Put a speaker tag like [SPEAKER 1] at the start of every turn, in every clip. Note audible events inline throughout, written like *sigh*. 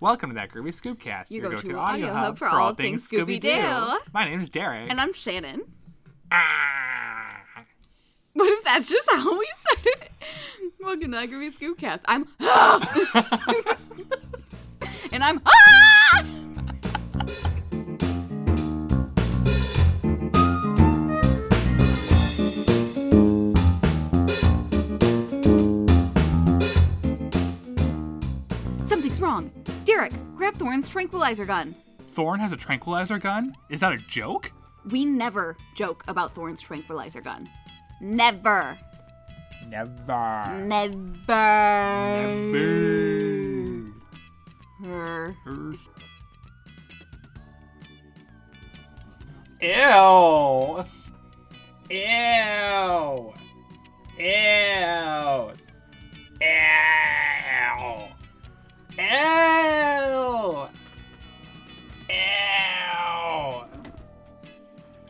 [SPEAKER 1] Welcome to that Groovy Scoopcast.
[SPEAKER 2] You
[SPEAKER 1] your
[SPEAKER 2] go
[SPEAKER 1] go-to
[SPEAKER 2] to Audio Hub for all things Scooby-Doo.
[SPEAKER 1] My name's Derek.
[SPEAKER 2] And I'm Shannon. *laughs*
[SPEAKER 1] Ah.
[SPEAKER 2] What if that's just how we started? it? Welcome to Agrivy Scoopcast. I'm *laughs* and I'm *laughs* Something's wrong. Derek, grab Thorne's tranquilizer gun.
[SPEAKER 1] Thorn has a tranquilizer gun? Is that a joke?
[SPEAKER 2] We never joke about Thorne's tranquilizer gun. Never.
[SPEAKER 1] Never.
[SPEAKER 2] Never. Mm.
[SPEAKER 1] Never.
[SPEAKER 2] Never.
[SPEAKER 1] Ew. Ew. Ew. Ew. Ew. Ew.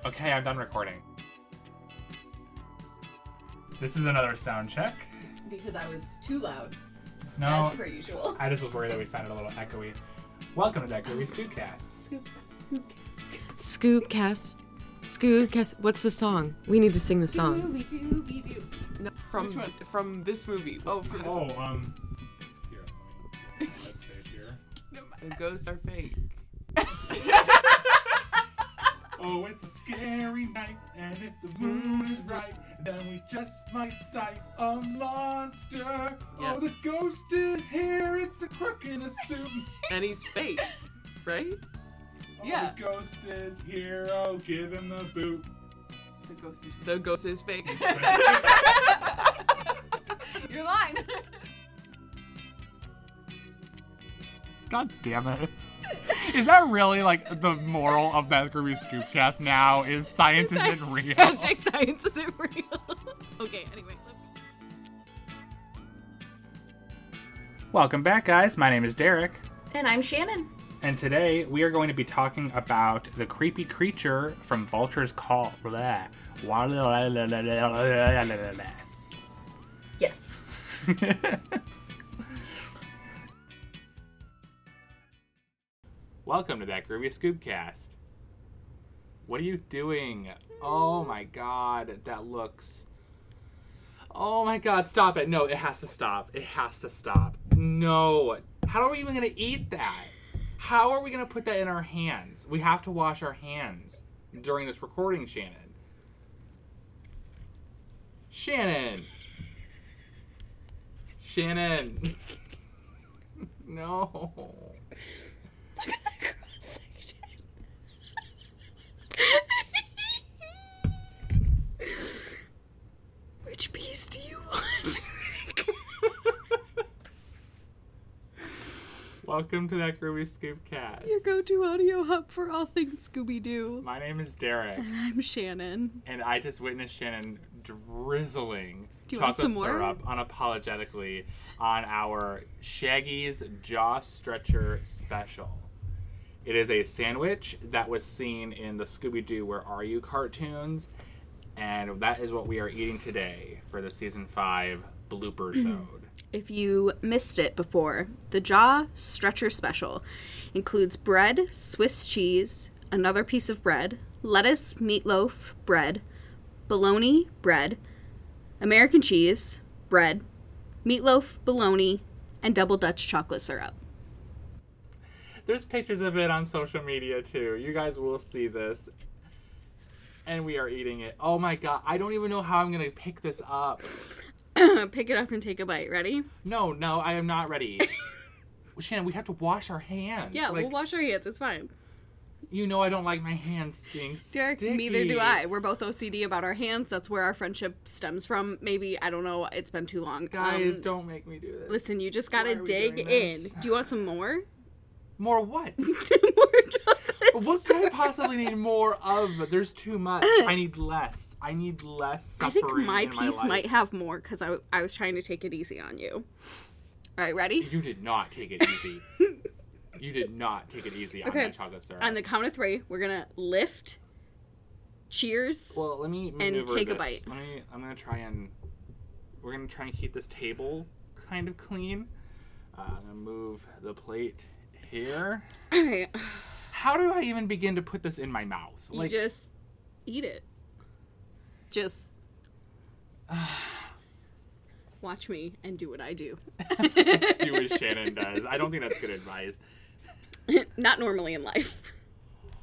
[SPEAKER 1] Okay, I'm done recording. This is another sound check.
[SPEAKER 2] Because I was too loud,
[SPEAKER 1] No,
[SPEAKER 2] usual.
[SPEAKER 1] I just was worried that we sounded a little echoey. Welcome to that Groovy Scootcast.
[SPEAKER 2] Scoop, scoop,
[SPEAKER 3] Scoopcast. Scoopcast. What's the song? We need to sing the song.
[SPEAKER 2] dooby dooby doo.
[SPEAKER 4] No, from from this movie. Oh, from this
[SPEAKER 1] Oh, um. Here. That's here.
[SPEAKER 4] The ghosts are fake.
[SPEAKER 1] *laughs* Oh, it's a scary night, and if the moon is right, then we just might sight a monster.
[SPEAKER 4] Yes.
[SPEAKER 1] Oh, the ghost is here. It's a crook in a *laughs* suit.
[SPEAKER 4] And he's fake, right?
[SPEAKER 1] Oh,
[SPEAKER 4] Yeah.
[SPEAKER 1] the ghost is here. Oh, give him the boot.
[SPEAKER 5] The ghost is
[SPEAKER 4] The ghost is fake.
[SPEAKER 5] You're lying.
[SPEAKER 1] God damn it. Is that really like the moral of that Groovy Scoopcast now? Is science isn't real?
[SPEAKER 2] Hashtag science isn't real. *laughs* okay, anyway.
[SPEAKER 1] Welcome back, guys. My name is Derek.
[SPEAKER 2] And I'm Shannon.
[SPEAKER 1] And today we are going to be talking about the creepy creature from Vulture's Call. Blah. Wah, la, la, la, la, la, la, la, la, la. *laughs*
[SPEAKER 5] Yes.
[SPEAKER 1] *laughs* Welcome to that groovy scoopcast. What are you doing? Oh my god, that looks. Oh my god, stop it. No, it has to stop. It has to stop. No. How are we even going to eat that? How are we going to put that in our hands? We have to wash our hands during this recording, Shannon. Shannon. Shannon. *laughs* no.
[SPEAKER 3] Which piece do you want?
[SPEAKER 1] Welcome to that groovy scoop cast.
[SPEAKER 2] Your go to audio hub for all things Scooby Doo.
[SPEAKER 1] My name is Derek,
[SPEAKER 2] I'm Shannon.
[SPEAKER 1] and I just witnessed Shannon drizzling
[SPEAKER 2] Do you
[SPEAKER 1] chocolate
[SPEAKER 2] want some more?
[SPEAKER 1] syrup unapologetically on our Shaggy's Jaw Stretcher special. It is a sandwich that was seen in the Scooby Doo Where Are You cartoons, and that is what we are eating today for the season five
[SPEAKER 2] *clears throat*
[SPEAKER 1] blooper showed.
[SPEAKER 2] If you missed it before, the Jaw Stretcher Special includes bread, Swiss cheese, another piece of bread, lettuce, meatloaf, bread, bologna, bread, American cheese, bread, meatloaf, bologna, and double Dutch chocolate syrup.
[SPEAKER 1] There's pictures of it on social media too. You guys will see this. And we are eating it. Oh my god, I don't even know how I'm gonna pick this up.
[SPEAKER 2] Pick it up and take a bite. Ready?
[SPEAKER 1] No, no, I am not
[SPEAKER 2] *laughs*
[SPEAKER 1] ready. Shannon, we have to wash our hands.
[SPEAKER 2] Yeah,
[SPEAKER 1] like,
[SPEAKER 2] we'll wash our hands. It's fine.
[SPEAKER 1] You know I don't like my hands being
[SPEAKER 2] Derek,
[SPEAKER 1] sticky.
[SPEAKER 2] neither do I. We're both OCD about our hands. That's where our friendship stems from. Maybe, I don't know, it's been too long.
[SPEAKER 1] Guys,
[SPEAKER 2] Um,
[SPEAKER 1] don't make me do this.
[SPEAKER 2] Listen, you just gotta
[SPEAKER 1] are we
[SPEAKER 2] dig
[SPEAKER 1] doing
[SPEAKER 2] in.
[SPEAKER 1] this?
[SPEAKER 2] Do you want some *laughs* more?
[SPEAKER 1] More
[SPEAKER 2] *laughs*
[SPEAKER 1] what?
[SPEAKER 2] more
[SPEAKER 1] *laughs*
[SPEAKER 2] chocolate.
[SPEAKER 1] what could I possibly need more of? There's too much. I need less. I need less
[SPEAKER 2] I
[SPEAKER 1] suffering.
[SPEAKER 2] think my
[SPEAKER 1] in
[SPEAKER 2] piece
[SPEAKER 1] life.
[SPEAKER 2] might have more because I, I was trying to take it easy on you. All right, ready?
[SPEAKER 1] You did not take it
[SPEAKER 2] *laughs*
[SPEAKER 1] easy. you did not take it easy
[SPEAKER 2] Okay.
[SPEAKER 1] on that chocolate syrup.
[SPEAKER 2] On the count of three, we're gonna lift, cheers.
[SPEAKER 1] Well, let me maneuver
[SPEAKER 2] take a
[SPEAKER 1] this.
[SPEAKER 2] bite.
[SPEAKER 1] Let me. I'm gonna try and we're gonna try and keep this table kind of clean. Uh, I'm gonna move the plate here.
[SPEAKER 2] All right.
[SPEAKER 1] How do I even begin to put this in my mouth?
[SPEAKER 2] *laughs*
[SPEAKER 1] Like,
[SPEAKER 2] you just eat it. Just *sighs* watch me and do what I do.
[SPEAKER 1] do as Shannon does. I don't think that's good advice.
[SPEAKER 2] Not normally in life. *laughs*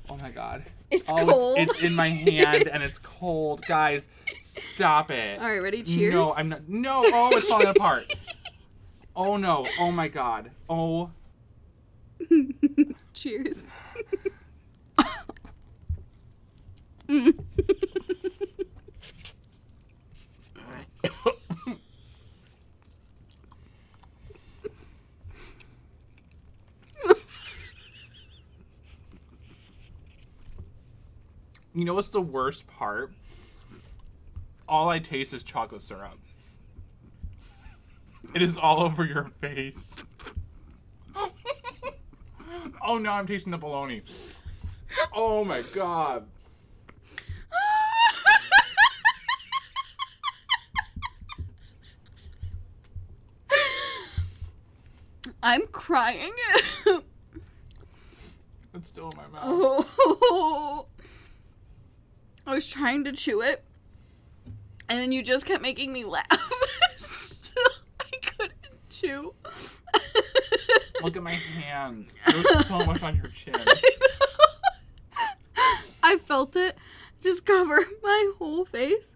[SPEAKER 1] Oh my god.
[SPEAKER 2] It's
[SPEAKER 1] oh,
[SPEAKER 2] cold.
[SPEAKER 1] It's, it's in my hand and
[SPEAKER 2] *laughs*
[SPEAKER 1] it's cold. Guys, stop it.
[SPEAKER 2] All right, ready? Cheers.
[SPEAKER 1] No, I'm not. No, oh, it's falling
[SPEAKER 2] *laughs*
[SPEAKER 1] apart. Oh no. Oh my god. Oh.
[SPEAKER 2] *laughs* Cheers.
[SPEAKER 1] You know what's the worst part? All I taste is chocolate syrup. It is all over your face. *laughs* oh no, I'm tasting the bologna. Oh my god.
[SPEAKER 2] I'm crying. *laughs*
[SPEAKER 1] It's still in my mouth.
[SPEAKER 2] oh. *laughs* I was trying to chew it, and then you just kept making me laugh. So *laughs* I couldn't chew. *laughs*
[SPEAKER 1] Look at my hands. There's so much on your chin.
[SPEAKER 2] I felt it just cover *laughs* my whole face.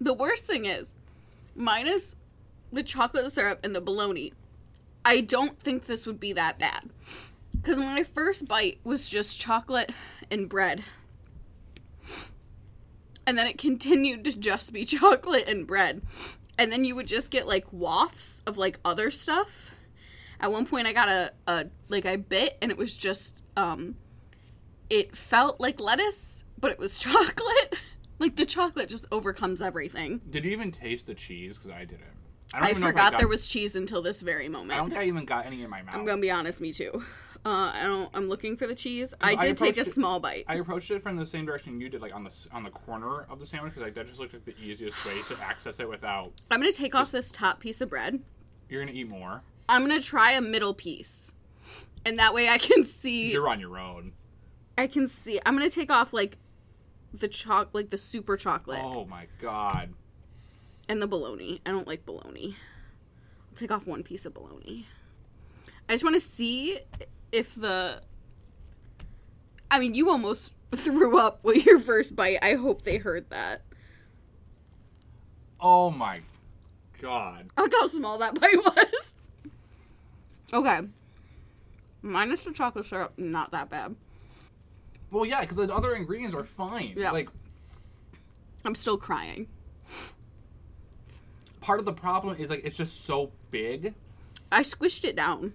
[SPEAKER 2] The worst thing is, minus the chocolate syrup and the bologna, I don't think this would be that bad. Because my first bite was just chocolate and bread. And then it continued to just be *laughs* chocolate and bread. And then you would just get like wafts of like other stuff. At one point, I got a, a like, I bit and it was just, um, it felt like lettuce, but it was *laughs* chocolate. like the chocolate just overcomes everything.
[SPEAKER 1] Did you even taste the cheese? Because I didn't. don't
[SPEAKER 2] I
[SPEAKER 1] even know if
[SPEAKER 2] forgot
[SPEAKER 1] got-
[SPEAKER 2] there was cheese until this very
[SPEAKER 1] I don't
[SPEAKER 2] moment.
[SPEAKER 1] think I even got any in my mouth.
[SPEAKER 2] I'm gonna be honest, me too. Uh, I don't. I'm looking for the cheese.
[SPEAKER 1] I
[SPEAKER 2] I did take a
[SPEAKER 1] approached it-
[SPEAKER 2] small bite.
[SPEAKER 1] I approached it from the same direction you did, like on the s- on the corner of the sandwich, because like that just looked like the easiest way to access it without.
[SPEAKER 2] I'm gonna take off this top piece of bread.
[SPEAKER 1] You're gonna eat more.
[SPEAKER 2] I'm gonna try a middle piece, and that way I can see.
[SPEAKER 1] You're on your own.
[SPEAKER 2] I can see. I'm gonna take off like the choc, like the super chocolate,
[SPEAKER 1] Oh my god.
[SPEAKER 2] and the bologna. I don't like bologna. I'll take off one piece of bologna. I just want to see if the. I mean, you almost *laughs* threw up with your first bite. I hope they heard that.
[SPEAKER 1] Oh my god.
[SPEAKER 2] Look how small that *laughs* bite was. Okay. Minus the chocolate syrup, not that bad.
[SPEAKER 1] Well, yeah, because the other ingredients are fine.
[SPEAKER 2] Yeah.
[SPEAKER 1] Like
[SPEAKER 2] I'm still crying.
[SPEAKER 1] part of the problem is like it's just so big.
[SPEAKER 2] I squished it down.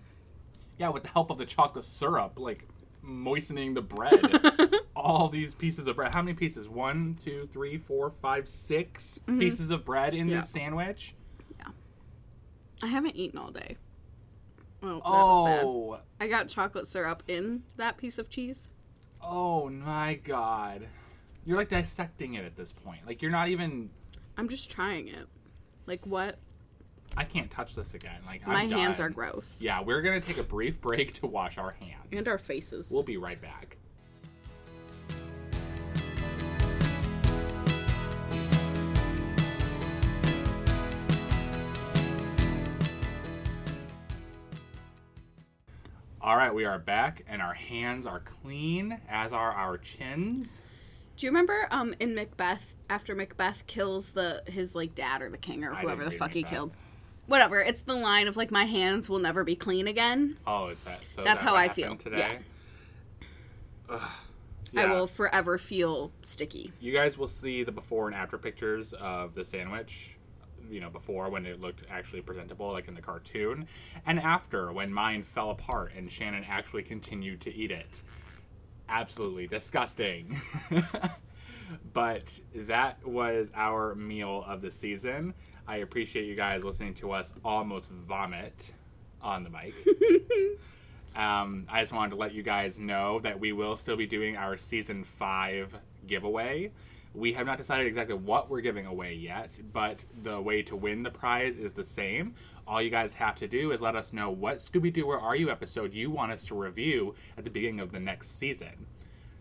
[SPEAKER 1] Yeah, with the help of the chocolate syrup, like moistening the bread.
[SPEAKER 2] *laughs*
[SPEAKER 1] All these pieces of bread. How many pieces? One, two, three, four, five, six pieces of bread in
[SPEAKER 2] Mm-hmm. Yeah.
[SPEAKER 1] this sandwich.
[SPEAKER 2] I haven't eaten all day. Oh, that was
[SPEAKER 1] Oh,
[SPEAKER 2] bad. I got chocolate syrup in that piece of cheese.
[SPEAKER 1] oh my god. You're like dissecting it at this point. Like you're not even.
[SPEAKER 2] I'm just trying it. Like what?
[SPEAKER 1] I can't touch this again. Like
[SPEAKER 2] My
[SPEAKER 1] I'm
[SPEAKER 2] hands
[SPEAKER 1] done.
[SPEAKER 2] are gross.
[SPEAKER 1] Yeah, we're gonna take a brief *laughs* break to wash our hands.
[SPEAKER 2] And our faces.
[SPEAKER 1] We'll be right back. All right, we are back, and our hands are clean, as are our chins.
[SPEAKER 2] Do you remember um in Macbeth after Macbeth kills the his like dad or the king or
[SPEAKER 1] I
[SPEAKER 2] whoever the
[SPEAKER 1] didn't read
[SPEAKER 2] fuck he
[SPEAKER 1] Macbeth.
[SPEAKER 2] killed? Whatever. It's the line of like my hands will never be clean again.
[SPEAKER 1] Oh, is that so?
[SPEAKER 2] That's
[SPEAKER 1] that
[SPEAKER 2] how
[SPEAKER 1] what
[SPEAKER 2] I
[SPEAKER 1] happened
[SPEAKER 2] feel,
[SPEAKER 1] today.
[SPEAKER 2] yeah.
[SPEAKER 1] Ugh.
[SPEAKER 2] I
[SPEAKER 1] Yeah.
[SPEAKER 2] will forever feel sticky.
[SPEAKER 1] You guys will see the before and after pictures of the sandwich. You know, before when it looked actually presentable, like in the cartoon, and after when mine fell apart and Shannon actually continued to eat it. Absolutely disgusting. *laughs* but that was our meal of the season. I appreciate you guys listening to us almost vomit on the mic. Um, I just wanted to let you guys know that we will still be doing our season five giveaway. We have not decided exactly what we're giving away yet, but the way to win the prize is the same. All you guys have to do is let us know what Scooby Doo Where Are You episode you want us to review at the beginning of the next season.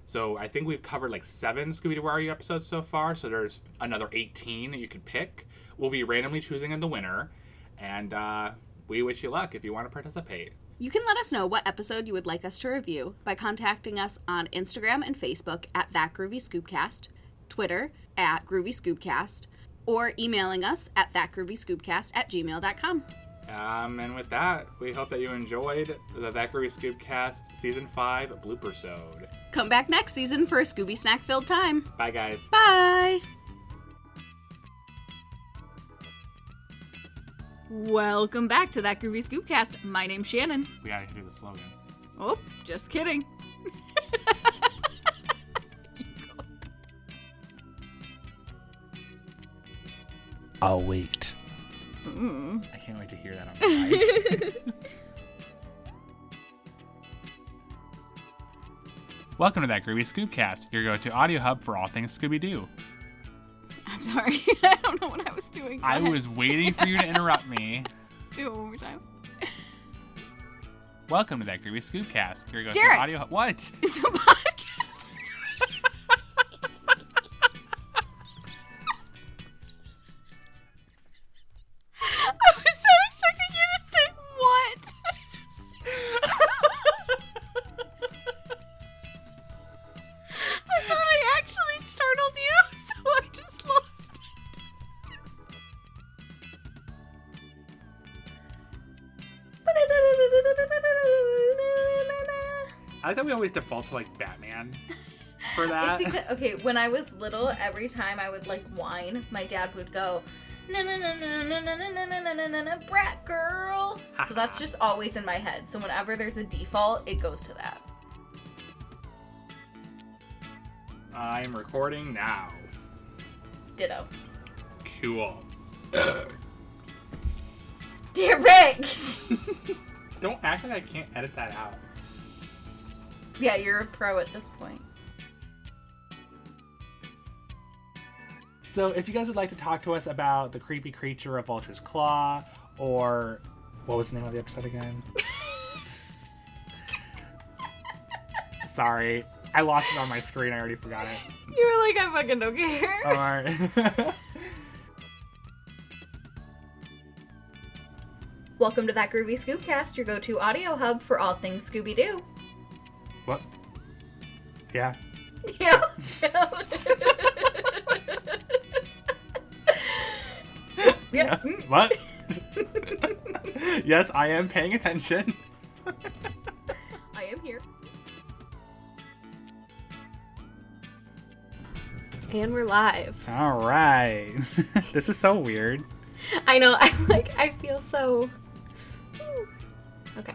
[SPEAKER 1] So I think we've covered like seven Scooby Doo Where Are You episodes so far. So there's another 18 that you could pick. We'll be randomly choosing the winner, and uh, we wish you luck if you want to participate.
[SPEAKER 2] You can let us know what episode you would like us to review by contacting us on Instagram and Facebook at That Groovy Scoopcast, Twitter at Groovy Scoopcast, or emailing us at ThatGroovyScoopcast at gmail.com.
[SPEAKER 1] Um, and with that, we hope that you enjoyed the That Groovy Scoopcast Season 5 Blooper Sode.
[SPEAKER 2] Come back next season for a Scooby snack filled time.
[SPEAKER 1] Bye, guys.
[SPEAKER 2] Bye! Welcome back to That Groovy Scoopcast. My name's Shannon.
[SPEAKER 1] We gotta do the slogan.
[SPEAKER 2] Oh, just kidding.
[SPEAKER 6] I'll wait.
[SPEAKER 1] I can't wait to hear that on my life.
[SPEAKER 2] *laughs*
[SPEAKER 1] Welcome to That Groovy Scoopcast, your go to audio hub for all things Scooby Doo.
[SPEAKER 2] I'm sorry. *laughs* I don't know what I was doing. Go
[SPEAKER 1] I
[SPEAKER 2] ahead.
[SPEAKER 1] was waiting for you to interrupt me.
[SPEAKER 2] Do it one more time.
[SPEAKER 1] Welcome to That Groovy Scoopcast, your go to
[SPEAKER 2] Derek.
[SPEAKER 1] audio hub.
[SPEAKER 2] *laughs*
[SPEAKER 1] What?
[SPEAKER 2] It's a podcast. *laughs* I was so expecting you to say what. I thought I actually startled you, *laughs* so I just lost it. *laughs*
[SPEAKER 1] I like that we always default to like Batman for
[SPEAKER 2] I see that, okay, when I was little, every time I would like whine, my dad would go, "No, no, no, no, no, no, no, no, no, no, no, no, no, brat girl." So that's just always in my head. So whenever there's a default, it goes to that.
[SPEAKER 1] I'm recording now.
[SPEAKER 2] Ditto.
[SPEAKER 1] Cool.
[SPEAKER 2] Derek.
[SPEAKER 1] Don't act like I can't edit that out.
[SPEAKER 2] *laughs* yeah, you're a pro at this point.
[SPEAKER 1] So, if you guys would like to talk to us about the creepy creature of Vulture's Claw, or what was the name of the episode *laughs* again? Sorry, I lost it on my screen. I already forgot it.
[SPEAKER 2] You were like, I fucking don't care.
[SPEAKER 1] Or
[SPEAKER 2] Welcome to that groovy Scoopcast, your go-to audio hub for all things Scooby Doo.
[SPEAKER 1] what? Yeah.
[SPEAKER 2] *laughs* Yeah.
[SPEAKER 1] Yeah.
[SPEAKER 2] Mm. *laughs*
[SPEAKER 1] What? *laughs* yes, I am paying attention.
[SPEAKER 2] I am here. And we're live.
[SPEAKER 1] All right. *laughs* this is so weird.
[SPEAKER 2] *laughs* I know. I'm like, I feel so. Ooh. Okay.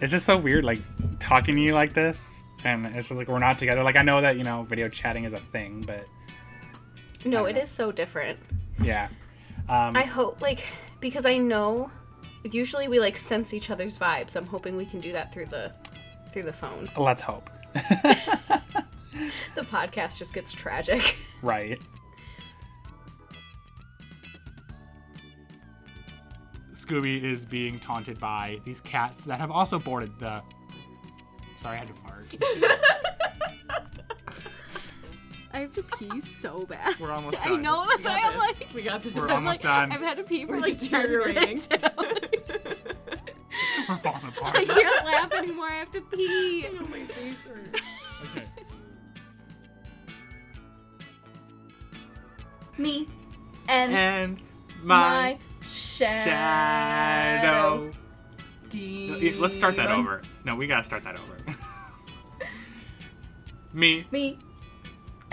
[SPEAKER 1] it's just so weird like talking to you like this and it's just like we're not together like i know that you know video chatting is a thing but
[SPEAKER 2] No, it is so different.
[SPEAKER 1] yeah um
[SPEAKER 2] I hope, like, because I know. Usually we like sense each other's vibes. I'm hoping we can do that through the through the phone.
[SPEAKER 1] let's hope
[SPEAKER 2] The podcast just gets tragic. *laughs*
[SPEAKER 1] right scooby is being taunted by these cats that have also boarded the sorry i had to fart
[SPEAKER 2] *laughs* I have to pee so *laughs* bad.
[SPEAKER 1] we're almost
[SPEAKER 2] I
[SPEAKER 1] done.
[SPEAKER 2] know that's why I'm like
[SPEAKER 4] *laughs* We got this.
[SPEAKER 1] we're
[SPEAKER 4] *laughs*
[SPEAKER 2] I'm
[SPEAKER 1] almost
[SPEAKER 2] like,
[SPEAKER 1] done
[SPEAKER 2] I've had to pee for like 10
[SPEAKER 4] deteriorating.
[SPEAKER 2] minutes. and I'm like,
[SPEAKER 1] we're falling apart
[SPEAKER 2] *laughs* I can't laugh anymore. I have to pee. *laughs*
[SPEAKER 1] okay
[SPEAKER 2] Me and,
[SPEAKER 1] and
[SPEAKER 2] my
[SPEAKER 1] my
[SPEAKER 2] shadow.
[SPEAKER 1] shadow. No, yeah,
[SPEAKER 4] Demon.
[SPEAKER 1] Let's start that over. No, we gotta start that over. *laughs*
[SPEAKER 2] *laughs*
[SPEAKER 1] Me.
[SPEAKER 2] Me.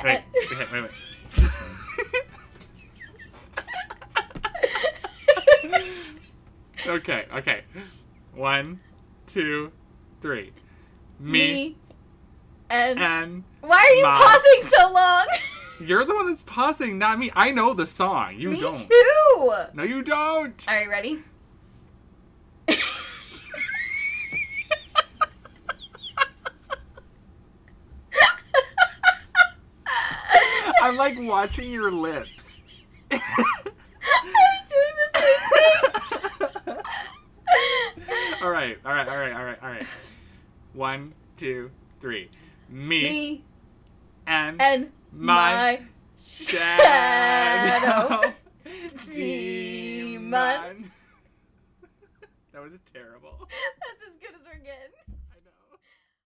[SPEAKER 1] Wait, wait,
[SPEAKER 2] *laughs*
[SPEAKER 1] wait, wait. Okay, okay. One, two, three. Me,
[SPEAKER 2] Me. And,
[SPEAKER 1] and
[SPEAKER 2] why are you
[SPEAKER 1] my-
[SPEAKER 2] pausing so long?
[SPEAKER 1] you're the one that's pausing, not me. I know the song. You
[SPEAKER 2] Me
[SPEAKER 1] don't.
[SPEAKER 2] too. All
[SPEAKER 1] No, you don't.
[SPEAKER 2] right, ready?
[SPEAKER 1] I'm like watching your lips.
[SPEAKER 5] was doing the same thing.
[SPEAKER 1] *laughs* All right, all right, all right, all right, all right. One, two, three. Me,
[SPEAKER 5] Me
[SPEAKER 1] and,
[SPEAKER 5] and
[SPEAKER 1] my,
[SPEAKER 5] my
[SPEAKER 1] *laughs* shadow.
[SPEAKER 5] demon.
[SPEAKER 1] That was terrible.
[SPEAKER 5] That's as good as we're getting.